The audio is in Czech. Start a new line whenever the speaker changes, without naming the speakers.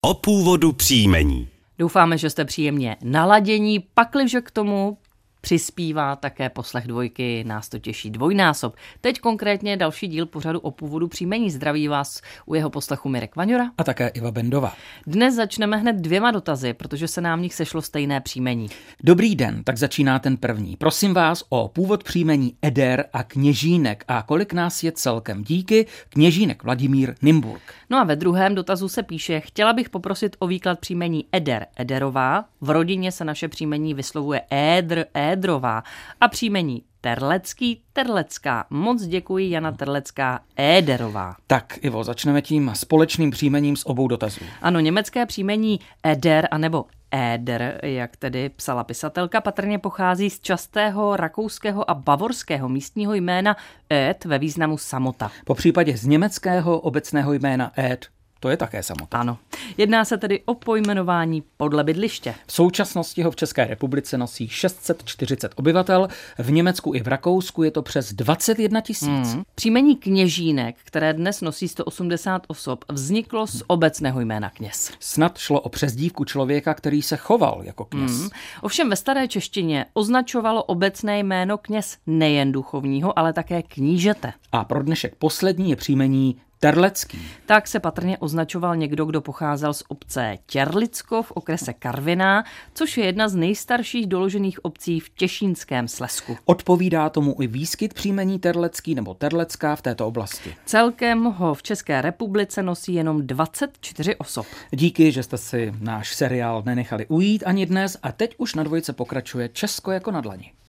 o původu příjmení.
Doufáme, že jste příjemně naladění, pakliže k tomu přispívá také poslech dvojky, nás to těší dvojnásob. Teď konkrétně další díl pořadu o původu příjmení. Zdraví vás u jeho poslechu Mirek Vaňura.
A také Iva Bendova.
Dnes začneme hned dvěma dotazy, protože se nám v nich sešlo stejné příjmení.
Dobrý den, tak začíná ten první. Prosím vás o původ příjmení Eder a Kněžínek a kolik nás je celkem. Díky, Kněžínek Vladimír Nimburg.
No a ve druhém dotazu se píše, chtěla bych poprosit o výklad příjmení Eder, Ederová. V rodině se naše příjmení vyslovuje Édr, Édrová a příjmení Terlecký, Terlecká. Moc děkuji, Jana Terlecká, Éderová.
Tak, Ivo, začneme tím společným příjmením z obou dotazů.
Ano, německé příjmení Eder anebo Éder, jak tedy psala pisatelka, patrně pochází z častého rakouského a bavorského místního jména Ed ve významu samota.
Po případě z německého obecného jména Ed, to je také samota.
Ano, jedná se tedy o pojmenování podle bydliště.
V současnosti ho v České republice nosí 640 obyvatel, v Německu i v Rakousku je to přes 21 tisíc.
Hmm. Příjmení kněžínek, které dnes nosí 180 osob, vzniklo z obecného jména kněz.
Snad šlo o přezdívku člověka, který se choval jako kněz.
Hmm. Ovšem ve staré češtině označovalo obecné jméno kněz nejen duchovního, ale také knížete.
A pro dnešek poslední je příjmení Terlecký.
Tak se patrně označoval někdo, kdo pocházel z obce Těrlicko v okrese Karviná, což je jedna z nejstarších doložených obcí v Těšínském Slesku.
Odpovídá tomu i výskyt příjmení Terlecký nebo Terlecká v této oblasti.
Celkem ho v České republice nosí jenom 24 osob.
Díky, že jste si náš seriál nenechali ujít ani dnes a teď už na dvojice pokračuje Česko jako na dlani.